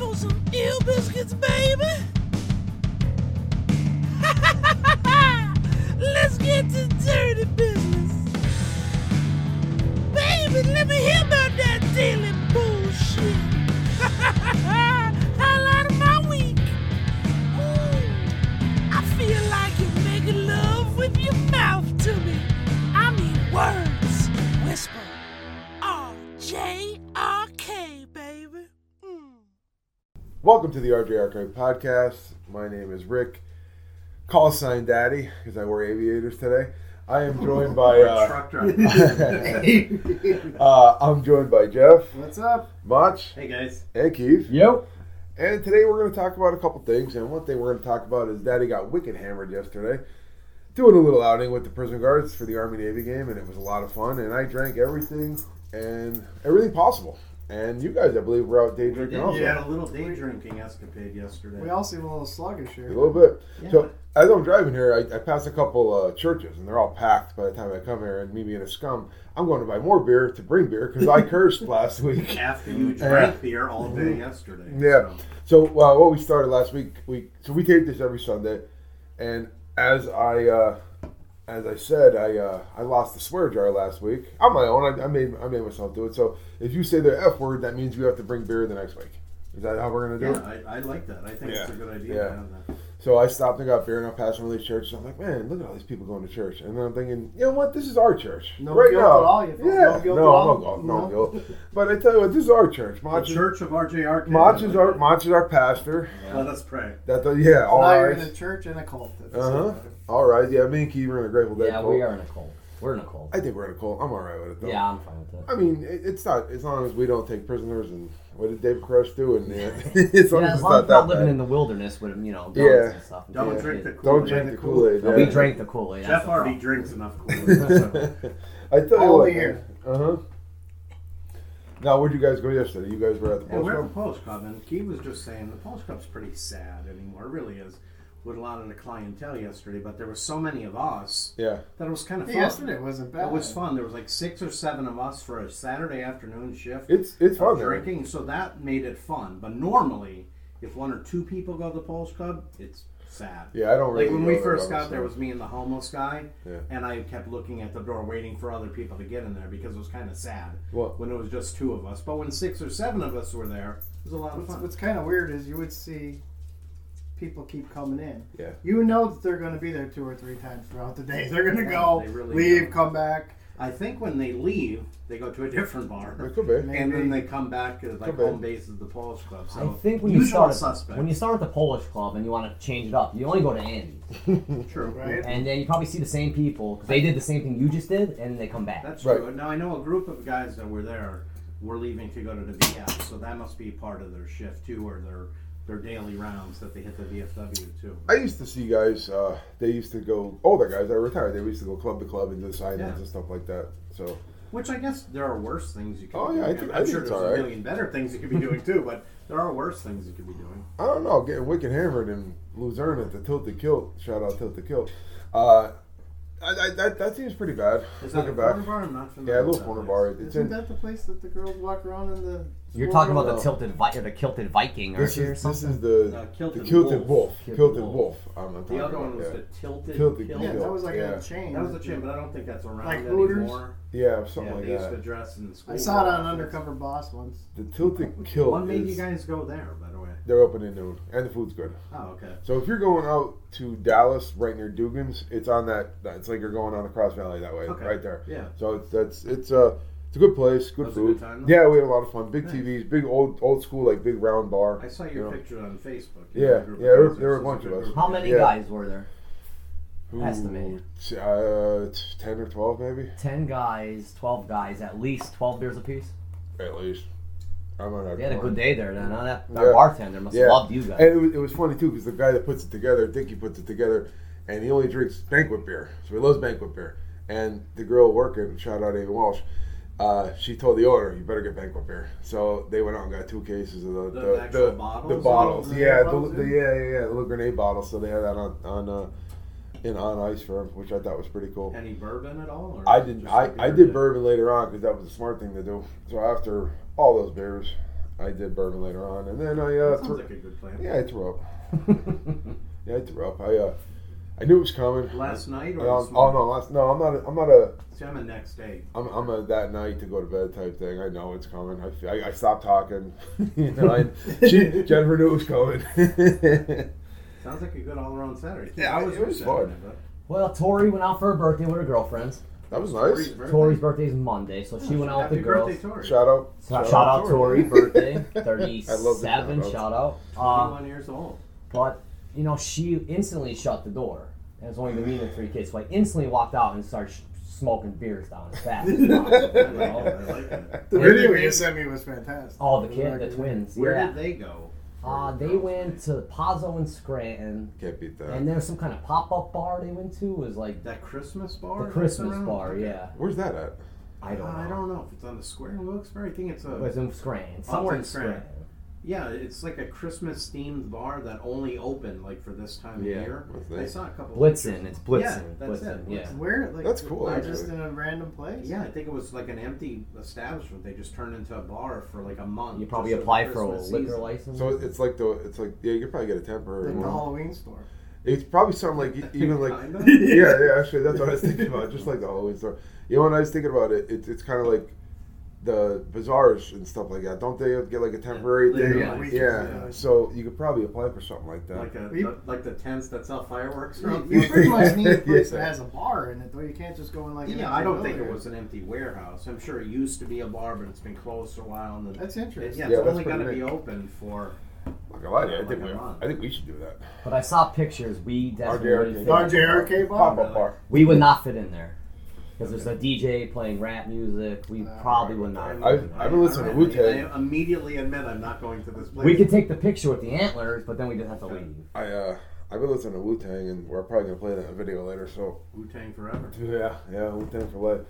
Ew biscuits, baby. Let's get to dirty business. Baby, let me hear about that daily bullshit. Highlight of my week. Ooh, I feel like you're making love with your mouth to me. I mean words. Whisper. R J R K, baby. Mm. Welcome to the RJ Archive Podcast. My name is Rick, call sign Daddy, because I wore aviators today. I am joined by uh, truck driver. uh, I'm joined by Jeff, What's up? Mach, Hey guys. and Keith. Yep. And today we're going to talk about a couple things. And one thing we're going to talk about is Daddy got wicked hammered yesterday, doing a little outing with the prison guards for the Army Navy game, and it was a lot of fun. And I drank everything and everything possible. And you guys, I believe, were out day drinking also. You had a little day drinking escapade yesterday. We all seem a little sluggish A here. little bit. So as I'm driving here, I, I pass a couple uh, churches, and they're all packed by the time I come here. And me being a scum, I'm going to buy more beer to bring beer because I cursed last week. after you Yeah. drank beer all day yesterday. Yeah. So So, uh, what we started last week, we so we tape this every Sunday, and as I uh, as I said, I uh, I lost the swear jar last week on my own. I, I made I made myself do it. So if you say the f word, that means we have to bring beer the next week. Is that how we're gonna do it? yeah, I, I like that. I think it's a Yeah. good idea. Yeah. to have that. So I stopped and got beer, and I passed one of these churches. I'm like, man, look at all these people going to church. And then I'm thinking, you know what? This is our church. No right guilt now. at all, you feel? yeah. No guilt no, at all? no guilt. No, No? guilt. But I tell you what, this is our church. The Mach is, Church of RJR. Mach is our Mach is our pastor. Let us pray. That the, yeah, all now you're in a right. church and a cult. at the same Uh huh. time. All right. Yeah, me and Keith are in a Grateful Dead. Yeah, cult. we are in a cold. We're in a cold. I think we're in a cult. I'm all right with it though. Yeah, I'm fine with that. I mean, it, it's not as long as we don't take prisoners. And what did David Koresh do? And uh, it's Yeah, not, as it's long not as we're that not living in bad. the wilderness with you know guns Yeah. and stuff. Don't Yeah. drink the Kool-Aid. Don't drink the Kool Aid. No, we drank the Kool Aid. Jeff already drinks enough Kool-Aid. so. I tell you All what, year. Uh huh. Now, where'd you guys go yesterday? You guys were at the Yeah, post we're at club. the Polish Club, and Key was just saying the Polish Club's pretty sad anymore. It really is. With a lot of the clientele yesterday, but there were so many of us Yeah, that it was kind of Yeah, fun. yesterday wasn't bad. That was fun. There was like six or seven of us for a Saturday afternoon shift. it's it's of fun. there. drinking, so that made it fun. But normally, if one or two people go to the Polish Club, it's sad. Yeah, I don't really. Like when go we there first by got there, myself. was me and the homeless guy, Yeah. and I kept looking at the door, waiting for other people to get in there because it was kind of sad Well- when it was just two of us. But when six or seven of us were there, it was a lot of What's, fun. what's kind of weird is you would see people keep coming in. Yeah. You know that they're going to be there two or three times throughout the day. They're going to Yeah, go, they really leave, do. come back. I think when they leave, they go to a different bar. It could be. And then they Maybe. come back to like Could be. home base of the Polish club. I So think when you usual start suspect. when you start at the Polish club and you want to change it up, you only go to Andy, True. Right? and then you probably see the same people 'cause they did the same thing you just did, and they come back. That's Right. true. Now I know a group of guys that were there were leaving to go to the VF, so that must be part of their shift too, or their their daily rounds that they hit the VFW too. I used to see guys. Uh, they used to go. Older guys that are retired. They used to go club to club and do sign Yeah. and stuff like that. So Which I guess there are worse things you could. Oh, be yeah, I doing. think- I'm I think sure it's there's all a right. million better things you could be doing too, but there are worse things you could be doing. I don't know. Getting wicked hammered in Luzerne at the Tilted Kilt. Shout out Tilted Kilt. Uh, I, I, that that seems pretty bad. Is that a Looking corner back. bar? I'm not familiar. Yeah, a with little that corner place. bar. It's Isn't in. that the place that the girls walk around in the. You're talking about No. the tilted vi- or the kilted Viking, aren't This you? Or is this something? is the Uh, the Kilted Kilted Wolf. Wolf. Kilted Kilted Wolf. Wolf. I'm, I'm talking The other one about, was yeah. the tilted. Tilted Kilt. Yeah, Kilt. that was like Yeah. a chain. That was a chain, but I don't think that's around Like anymore. Hooters? yeah, yeah, something they used like to that. dress in school. I saw it on dresses. Undercover Boss once. The Tilted Kilt. What made is- you guys go there, by the way? They're open at noon, and the food's good. Oh, okay. So if you're going out to Dallas, right near Dugan's, it's on that. that- It's like you're going on the Cross Valley that way, Okay. right there. Yeah. So it's that's it's a it's a good place, good Was it a food. good time, though? yeah, we had a lot of fun. Big Nice. TVs, big old old school like big round bar. I saw you your know. picture on Facebook. Yeah, Your group yeah, there were- of there were a friends. bunch of us. How many Yeah. guys were there? Ooh, Estimate. t- uh, t- ten or twelve maybe Ten guys, twelve guys, at least twelve beers apiece. at least. I might have They had a more. good day there, then. Huh? That, that Yeah. bartender must have Yeah. loved you guys. And it was, it was funny too because the guy that puts it together, Dickie puts it together, and he only drinks banquet beer, so he loves banquet beer. And the girl working, shout out Amy Walsh, uh, she told the owner, "You better get banquet beer." So they went out and got two cases of the The the, actual the- bottles? the bottles. The little yeah, grenade the, bottles, the, yeah, yeah, yeah, the little grenade bottles. So they had that on on uh, in on ice for him, which I thought was pretty cool. Any bourbon at all? Or I did just I, like I beer did dip? bourbon later on because that was a smart thing to do. So after all those beers, I did bourbon later on, and then I uh, Sounds threw, like a good plan. yeah, I threw up. Yeah, I threw up. I uh, I knew it was coming. Last night I- or oh this morning? no, last no, I'm not. A, I'm not a. See, I'm a next day. I'm, I'm a that night to go to bed type thing. I know it's coming. I, fe- I, I stopped talking. you know, I, she, Jennifer knew it was coming. Sounds like a good all around Saturday. Yeah, I was it was Saturday, fun. but- Well, Tori went out for her birthday with her girlfriends. that was nice. Tori's birthday. Oh, Tori's birthday's Monday, so she went out Happy with the girls. birthday, Tori. Shout out. So shout, out Tori, birthday, 37, shout-outs. shout out. Uh, 21 years old. but, you know, she instantly shut the door. And it's only been me and the three kids, so I instantly walked out and started sh- smoking beers down his back. I like that. I like that. The Where video did- you sent me was fantastic. Oh, the kid, the twins. Where yeah. did they go? Uh, they went to Pazzo and Scranton, Can't beat that. and there was some kind of pop-up bar they went to. It was like the That Christmas bar? that's Christmas around? bar, Okay. yeah. Where's that at? I don't know. I don't know if it's on the square in Wilkes-Barre. I think it's It was a. in Scranton, somewhere in in Scranton. Scranton. Yeah, it's like a Christmas themed bar that only opened like for this time Yeah, of year. I think. I saw a couple. Blitzen, pictures. it's Blitzen. Yeah, that's Blitzen, it. yeah. Where? Like, That's cool, Like, just actually. in a random place. Yeah, I think it was like an empty establishment. They just turned into a bar for like a month. You probably just apply the for a Christmas liquor season. license. So it's like the it's like yeah you could probably get a temporary Like the one. Halloween store. It's probably something like e- even like Kinda? yeah yeah actually that's what I was thinking about just like the Halloween store. You know when I was thinking about it, it's it's kind of like the bazaars and stuff like that. Don't they get like a temporary Yeah, thing? yeah. yeah. So you could probably apply for something like that. Like a We- the- like the tents that sell fireworks. or You, something. you pretty much need a place Yeah. that has a bar in it, though. You can't just go in like. an Yeah, empty I don't think it building. was an empty warehouse. I'm sure it used to be a bar, but it's been closed for a while. And then, That's interesting. yeah, Yeah, it's that's only going to pretty be neat. open for. Not gonna lie to you, I Like think a we month. I think we should do that. but I saw pictures. We definitely RJRK. would Our JRK bar. Pop-up bar. we would not fit in there because there's a DJ playing rap music. We Ah, Uh, probably would not. I- I've been listening to Wu-Tang. I immediately admit I'm not going to this place. we could take the picture with the antlers, but then we just have to leave. I uh I've been listening to Wu Tang and we're probably gonna play that video later. So Wu Tang forever. yeah yeah Wu Tang for life.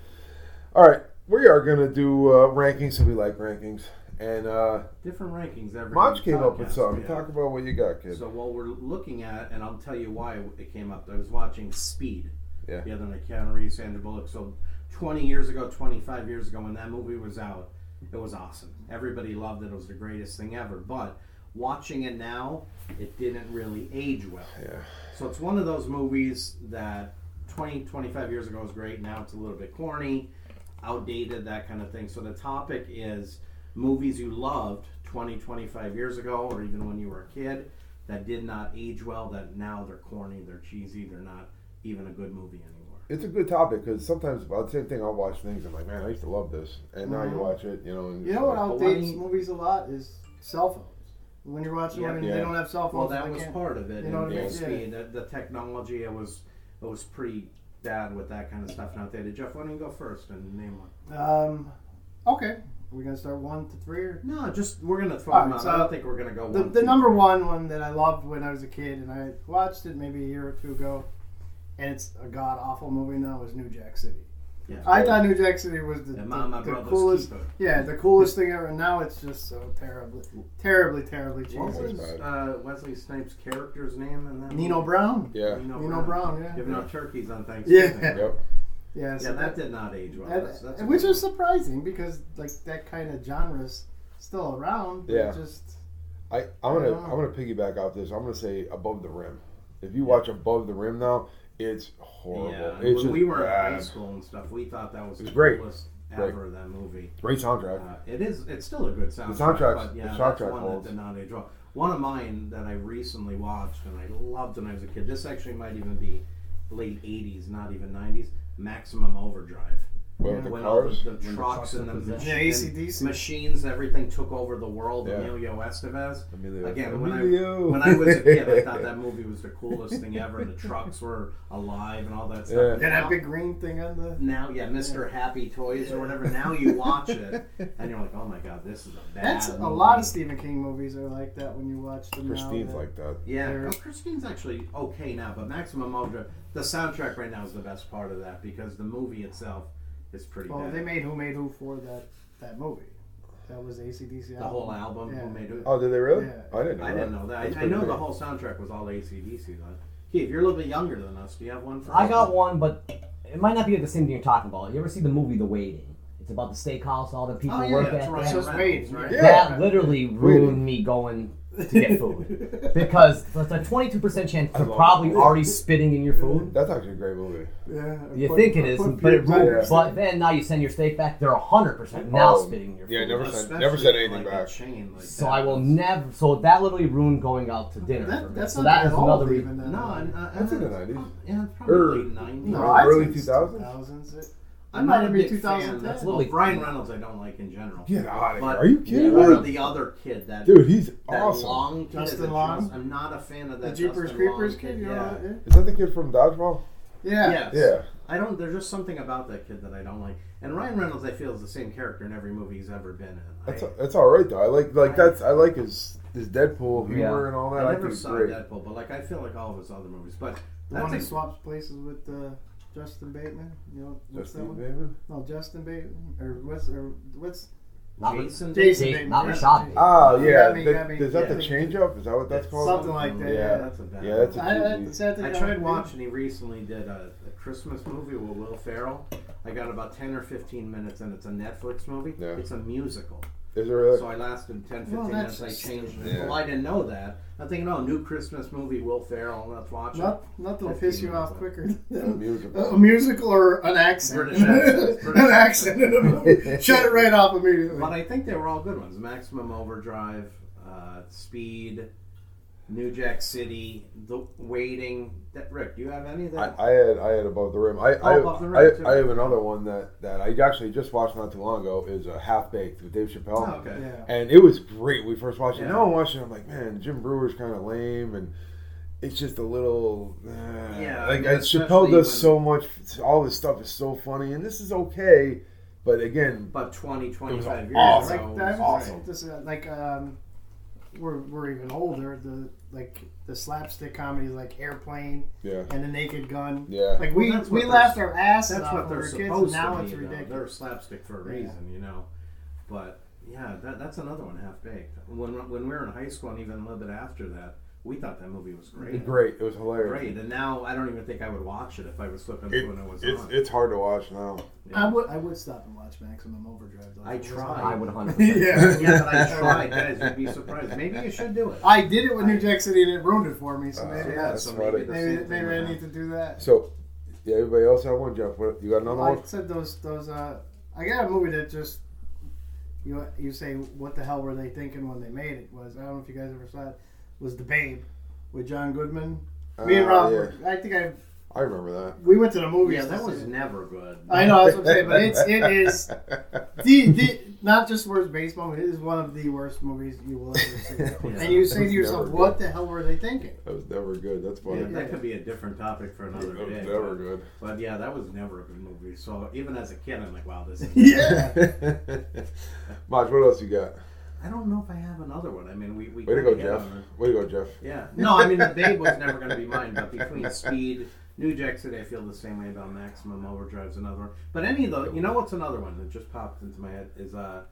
All right, we are gonna do uh, rankings. and We like rankings and. uh Different rankings every. Maj came up with podcast, something. yeah. Talk about what you got, kid. So while we're looking at, and I'll tell you why it came up. I was watching Speed. Yeah. The other night, Keanu Reeves, Sandra Bullock. So 20 years ago, 25 years ago, when that movie was out, it was awesome. Everybody loved it. It was the greatest thing ever. But watching it now, it didn't really age well. Yeah. So it's one of those movies that 20, 25 years ago was great. Now it's a little bit corny, outdated, that kind of thing. So the topic is movies you loved 20, 25 years ago, or even when you were a kid, that did not age well, that now they're corny, they're cheesy, they're not even a good movie anymore. It's a good topic because sometimes about the same thing. I'll watch things. I'm like, man, I used to love this, and now Mm-hmm. you Mhm. watch it, you know. And You know what it's But why outdates do you- movies a lot is cell phones. When you're watching, Yeah. when Yeah. they don't have cell phones. Well, so that they was can't- part of it. You know and what I mean? basically The, the technology, it was, it was pretty bad with that kind of stuff now. Did Jeff, why don't you go first and name one? Um, okay, we're gonna start one to three. Or? No, just we're gonna throw Alright, them out. so I don't think we're gonna go The, one, the two, number three. one one that I loved when I was a kid, and I watched it maybe a year or two ago, and it's a god awful movie now. Is New Jack City. Yeah. I thought New Jack City was the, The the, Mama the Brothers coolest. Keeper. Yeah, the coolest thing ever. And now it's just so terribly, terribly, terribly What cheesy. Jesus. was uh, Wesley Snipes' character's name in that? Nino movie? Brown. Yeah. Nino, Nino Brown, yeah. Giving out turkeys on Thanksgiving. Yeah. Yep. Yeah, so Yeah, that did not age well. That- That's, that's a which good is surprising because like that kind of genre's still around. But Yeah. yeah. Just I I'm gonna Yeah. I'm gonna piggyback off this. I'm gonna say above the rim. If you watch above the rim now, it's one. horrible. Yeah, it's when just we were in high bad. school and stuff, we thought that was, It was the great. coolest Great. ever. That movie. Great soundtrack. Uh, it is. It's still a good soundtrack. soundtrack's- but the yeah, that's soundtrack one holds. that did not age well. One of mine that I recently watched and I loved when I was a kid. This actually might even be late '80s, not even '90s. Maximum Overdrive. But yeah, with Oh, the when all cars, the, the trucks and the possession. Yeah, AC/DC. machines, everything took over the world. Yeah. Emilio Estevez. Emilio. Again, when I, Emilio. when I was a kid, I thought that movie was the coolest thing ever, and the trucks were alive and all that stuff. Yeah. yeah, that big green thing on the. now, yeah, Mr. Happy Toys or whatever. Now you watch it, and you're like, oh my god, this is a bad. That's a movie. lot of Stephen King movies are like that when you watch them. now, Christine's that- like that. Yeah, There- oh, Christine's actually okay now, but Maximum Overdrive, the soundtrack right now is the best part of that because the movie itself is pretty Well, bad. Oh, they made Who Made Who for that that movie. That was ACDC. the whole album, who Yeah. made it? Oh, did they really? Yeah. I didn't know. I that. didn't know that. That's I, I pretty know the neat. whole soundtrack was all ACDC, though. Keith, you're a little bit younger than us. Do you have one for I us? got one, but it might not be the same thing you're talking about. You ever see the movie The Waiting? It's about the steakhouse, all the people Oh, yeah, work that's at right. that. So it's waves, right? Yeah. That literally ruined me going to get food because it's a 22% chance I they're love probably it. already spitting in your food. That's actually a great movie. Yeah. You think it is, but it Peter ruins. But then now you send your steak back, they're 100% now Oh, spitting in your food. yeah, never said Especially never said anything like a back. Chain like So that. I will never. So that literally ruined going out to dinner. for That, me. that's so not that that is old another reason. even then. No, and, uh, That's and in the it's 90s. prob- Yeah, it's probably Er, late 90s. No, Right. I'd Early say it's 2000s? 2000s. I'm Might not a have been big fan. 2010. That's Well, well, Brian Reynolds, I don't like in general. Get out of here! But- Are you kidding Or me, the other kid that dude? He's that awesome. long kid Justin that Long? just- I'm not a fan of The that. Jeepers Justin Creepers Long kid, kid, you know? yeah. Is that the kid from Dodgeball? Yeah. Yes. Yeah. I don't. There's just something about that kid that I don't like. And Ryan Reynolds, I feel, is the same character in every movie he's ever been in. That's I, that's all right though. I like like I- that's I like his his Deadpool humor Yeah. and all I that. I, think never it's saw great. Deadpool, but like I feel like all of his other movies. But The one that that's a, swaps places with uh, Justin Bateman. You know, what's that Justin one? Bateman. No, Justin Bateman. Or what's. Or what's Not with- Jason. Jason Jake, Bateman. not Jason Rashad. Bateman. Ah, You yeah. got me, you the- got me. is that the Yeah. change up? Is that what that's called? Something like that. Yeah. Yeah. That's a bad. Yeah, one. that's a- I, I, it's that I thing tried I'm- watching. He recently did a, a Christmas movie with Will Ferrell. I got about ten or fifteen minutes, and it's a Netflix movie. Yeah. It's a musical, Is there a so I lasted 10, 15 Well, minutes. that's I just- changed. it. Yeah. Well, I didn't know that. I'm thinking, oh, new Christmas movie, Will Ferrell. Let's watch it. Not, nothing will piss you off quicker a than musical? a musical or an accent. British accent. an accent in a movie. Shut it right off immediately. But I think they were all good ones. Maximum Overdrive, uh, Speed, New Jack City, The Waiting. That, Rick, do you have any of I, that? I had I had above the rim. I I, Above the Rim, too. I, I have another one that, that I actually just watched not too long ago is uh, Half Baked with Dave Chappelle. Oh, okay. yeah. And it was great. when We first watched it. Yeah. Now I'm watching. it, I'm like, man, Jim Brewer's kind of lame, and it's just a little. eh. Yeah, Like I mean, and especially Chappelle does when- so much. All this stuff is so funny, and this is okay, but again, But 20, 25 years awesome. ago. like that was awesome. This is like um, we're we're even older. The like the slapstick comedies like Airplane yeah, and The Naked Gun. yeah. Like we Well, that's we what laughed they're- our asses That's off what when we they're were kids. supposed And now to it's be. though. They're ridiculous. slapstick for a Yeah. reason, you know. But yeah, that, that's another one, half baked. When when we were in high school and even a little bit after that, we thought that movie was great. Great. It was hilarious. Great. And now I don't even think I would watch it if I was flipping It- through and it was it's on. it's hard to watch now. Yeah. I would I would stop and watch Maximum Overdrive. Though. I It was tried. like- I would 100%. yeah. yeah, but I tried, guys. You'd be surprised. Maybe you should do it. I did it with New Jack City and it ruined it for me. So Uh, maybe yeah, that's so maybe funny. the maybe same maybe thing I now. need to do that. So, yeah. Everybody else have one, Jeff? What, you got another Well, one? I said those those uh, I got a movie that just you you say what the hell were they thinking when they made it was I don't know if you guys ever saw it was the Babe with John Goodman. Me and Uh, Rob, yeah. were- I think I I remember we went to the movies. Yeah, to that see was it. never good. I know that's what I'm saying, but it's it is that. the, the not just worst baseball, but it is one of the worst movies you will ever see. And you say to yourself, Never what the hell were they thinking? that was never good. That's funny. Yeah, that could be a different topic for another That was day. never but, good. but yeah, that was never a good movie. So even as a kid, I'm like, wow, this. is Yeah. Maj, what else you got? I don't know if I have another one. I mean, we we Way to kinda go, hit Jeff. on it. Way to go, Jeff. Yeah. No, I mean, the Babe was never going to be mine. But between Speed, New Jack City, I feel the same way about Maximum Overdrive's another one. But any of those, you know, what's another one that just popped into my head is uh,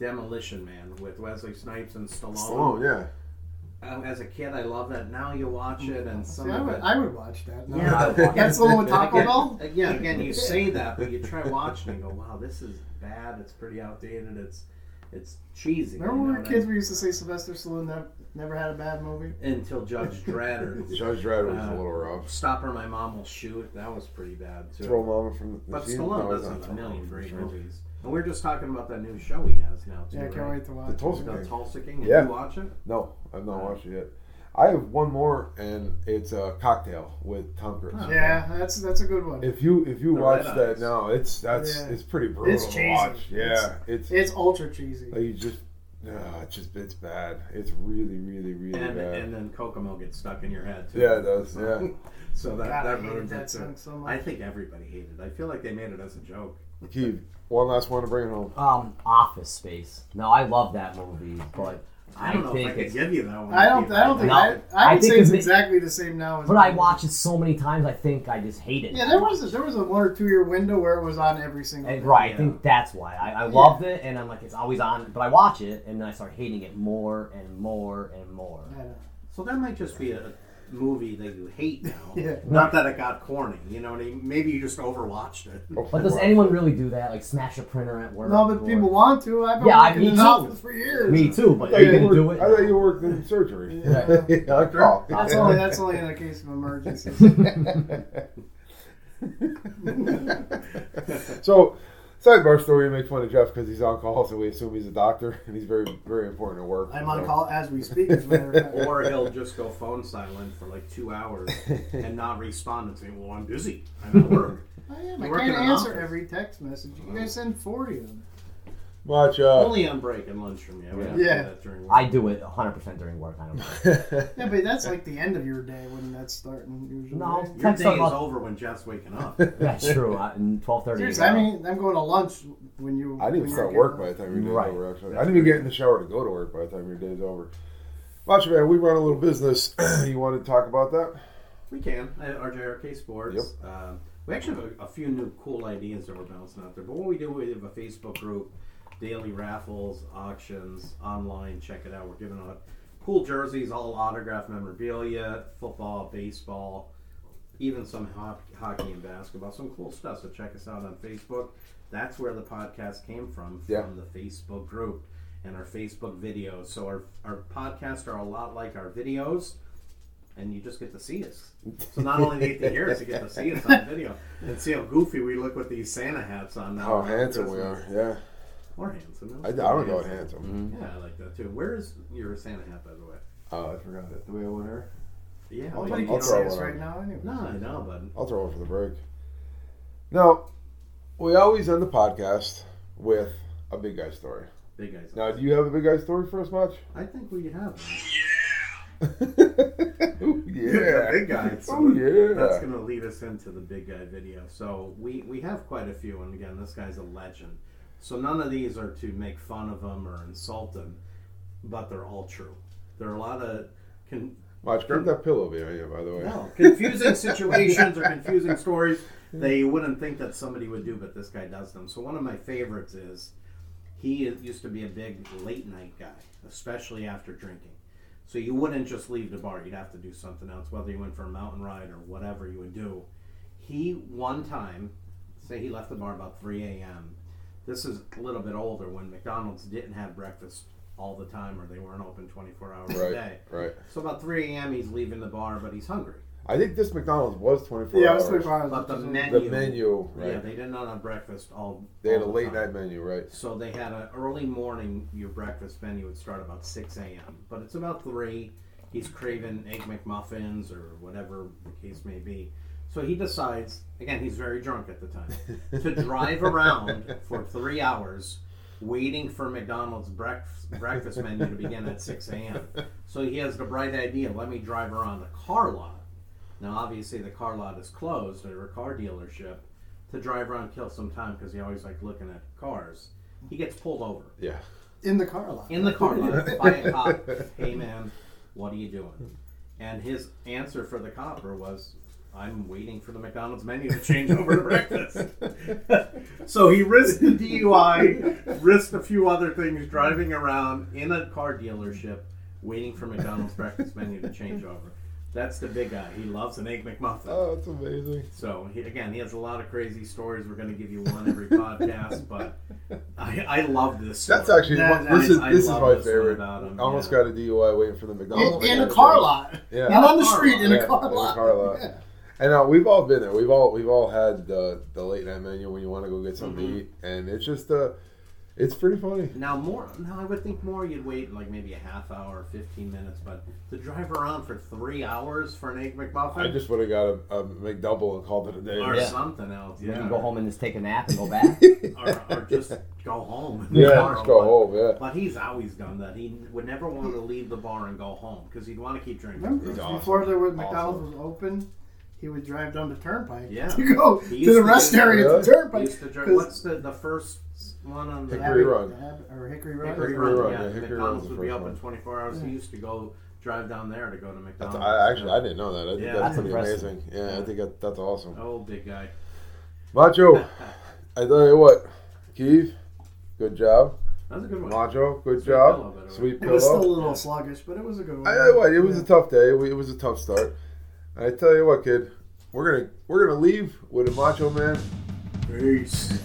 Demolition Man with Wesley Snipes and Stallone. Stallone, Oh, yeah. Uh, As a kid, I love that. Now you watch it, and some See, I of would it. I would watch that. No. Yeah, I would watch that's it. the one with Taco Again, Bell. again, again, you say that, but you try watching and go, "Wow, this is bad. It's pretty outdated. It's it's cheesy." Remember you when we know were what I kids, mean? we used to say Sylvester Stallone never, never had a bad movie. until Judge Dredd or Judge Dredd was a Uh, little rough. Stop or My Mom Will Shoot. That was pretty bad too. Throw Mama from the but scene? Stallone No, it's does not have a Throw Mama million from great the Scene. movies, and we are just talking about that new show he has now too. Yeah, I can't right? wait to The watch. Tulsa The King. Tulsa King. Did Yeah. you watch it? No, I've not watched it yet. I have one more, and it's a cocktail with Tom Cruise. Huh. Yeah, that's that's a good one. If you if you The watch Red that Eyes. now, it's that's Yeah. it's pretty brutal It's to cheesy. watch. Yeah, it's, It's ultra cheesy. like you just uh, it's just it's bad. It's really really really And bad. and then Kokomo gets stuck in your head too. yeah, it does. So- Yeah, So that God, I that hated ruins that it. too. song so much. I think everybody hated. it. I feel like they made it as a joke. Keith, one last one to bring it home. Um, Office Space. No, I love that movie, but I don't know think if I could it's. give you that one. I don't. I don't think. No. I, I I would think say it's if it- exactly the same now. As But I watch it so many times, I think I just hate it. Yeah, there was a, there was a one or two year window where it was on every single. And, day. right, Yeah. I think that's why I, I loved it, and I'm like, it's always on. But I watch it, and then I start hating it more and more and more. I know. So that might just be a movie that you hate now. Yeah. Not that it got corny, you know what I mean? Maybe you just overwatched it. Oh, But does anyone really do that? Like smash a printer at work? No, but or- people want to. I've been Yeah, I- working me in too. the office for years. Me too, but I thought you you didn't worked- do it. I thought you worked in surgery. Yeah. I call. Oh, That's only that's only in a case of emergency. so, sidebar story: we make fun of Jeff because he's on call, so we assume he's a doctor, and he's very, very important at work. I'm on call as we speak. As a matter of fact. Or he'll just go phone silent for like two hours and not respond and say, Well, I'm busy. I'm at work. I am. I Work in can't an answer office. every text message. You guys send forty of them. Watch out. Only on break and lunch from you. I would have Yeah. to do that during work. I do it 100% during work. I don't know. Yeah, but that's like the end of your day when that's starting usually. No. right? Your Text day is about- over when Jeff's waking up. That's true. I, and 12:30. Seriously, I mean, I'm going to lunch when you. I didn't even when start you're work by getting- the time your day's Right. over. Actually, I didn't even get in the shower to go to work by the time your day's over. Watch, man, we run a little business. you want to talk about that? We can at RJRK Sports. Uh, we actually have a, a few new cool ideas that we're bouncing out there. But what we do, we have a Facebook group, daily raffles, auctions, online. Check it out. We're giving out cool jerseys, all autographed memorabilia, football, baseball, even some ho- hockey and basketball. Some cool stuff. So check us out on Facebook. That's where the podcast came from, from Yeah. the Facebook group and our Facebook videos. So our, our podcasts are a lot like our videos and you just get to see us. So not only do you get to hear us, you get to see us on video and see how goofy we look with these Santa hats on now. Oh, How Oh, handsome we are! Yeah, Or handsome. I, I don't know Mm-hmm. handsome. Yeah, I like that too. Where is your Santa hat, by the way? Oh, I forgot it. Do we have one here? Yeah, Well, well, Nobody you can I'll know- throw see us one right on. now anyway. no, I know, but I'll throw one for the break. Now, we always end the podcast with a big guy story. big guys. Now, do you have a big guy story for us, Much? I think we have. Ooh, the yeah. big guy. So Oh, yeah. That's going to lead us into the big guy video. So we we have quite a few, and again, this guy's a legend. So none of these are to make fun of him or insult him, but they're all true. There are a lot of con- Much, grab that pillow behind you, by the way. no confusing situations or confusing stories that you wouldn't think that somebody would do, but this guy does them. So one of my favorites is he is- used to be a big late night guy, especially after drinking. So you wouldn't just leave the bar; you'd have to do something else, whether you went for a mountain ride or whatever you would do. He one time, say he left the bar about 3 a.m. This is a little bit older when McDonald's didn't have breakfast all the time, or they weren't open 24 hours a Right, day. right. So about 3 a.m. he's leaving the bar, but he's hungry. I think this McDonald's was 24 Yeah, I hours. was 24 hours. But the which is- menu, The menu, right. yeah, they did not have breakfast all. They had a all the late time. night menu, right? So they had an early morning. Your breakfast menu would start about six a.m. But it's about three. He's craving egg McMuffins or whatever the case may be. So he decides. Again, he's very drunk at the time to drive around for three hours. Waiting for McDonald's breakfast breakfast menu to begin at 6 a.m. So he has the bright idea: let me drive around the car lot now, obviously, the car lot is closed or a car dealership to drive around and kill some time because he always like looking at cars. He gets pulled over Yeah. in the car lot. in the car lot by a cop. Hey, man, what are you doing? And his answer for the copper was, "I'm waiting for the McDonald's menu to change over to breakfast." so he risked the DUI, risked a few other things, driving around in a car dealership, waiting for McDonald's breakfast menu to change over. That's the big guy. He loves an egg McMuffin. Oh, that's amazing. So he, again, he has a lot of crazy stories. We're going to give you one every podcast, but I, I love this. Story. That's actually That- one- that this is- is I this is love my this one favorite. about him, I almost yeah. got a DUI waiting for the McDonald's. In, in a menu. car lot. Yeah. Not on the Car street, lot. in Yeah, a car in a lot. car lot. Yeah. And uh, we've all been there. We've all we've all had the the late night menu when you want to go get something to eat, and it's just uh, it's pretty funny. Now more, now I would think more. You'd wait like maybe a half hour, fifteen minutes, but to drive around for three hours for an egg McMuffin I just would have got a, a McDouble and called it a day. or Yeah. something else, You yeah, can go home and just take a nap and go back. Or, or just go home. Yeah, Tomorrow, just go but- home. Yeah. But he's always done that. He would never want to leave the bar and go home because he'd want to keep drinking. Remember, He's awesome. before there was McDonald's Awesome. was open, he would drive down the turnpike Yeah. to go He to used the to rest do that. area at the Yeah. turnpike. Used to drink. 'cause What's the the first one on the Hickory Abbey- Run. Abbey- or Hickory Run. Hickory Hickory Run, Run, yeah. yeah, Hickory Run's McDonald's the would be first open one. 24 hours. He used to go drive down there to go to That's, McDonald's. I actually yeah. I didn't know that. I think Yeah. that's That's pretty impressive. amazing. Yeah, I Yeah. think that, that's awesome. Oh, big guy. Macho, I tell you what, Keith, good job. That's a good one. Macho, good Sweet job. pillow, by the way. Sweet It was still a pillow. little sluggish, but it was a good one. I tell you what, it was Yeah. a tough day. It wa- It was a tough start. I tell you what, kid, we're gonna we're gonna leave with a Macho Man Peace.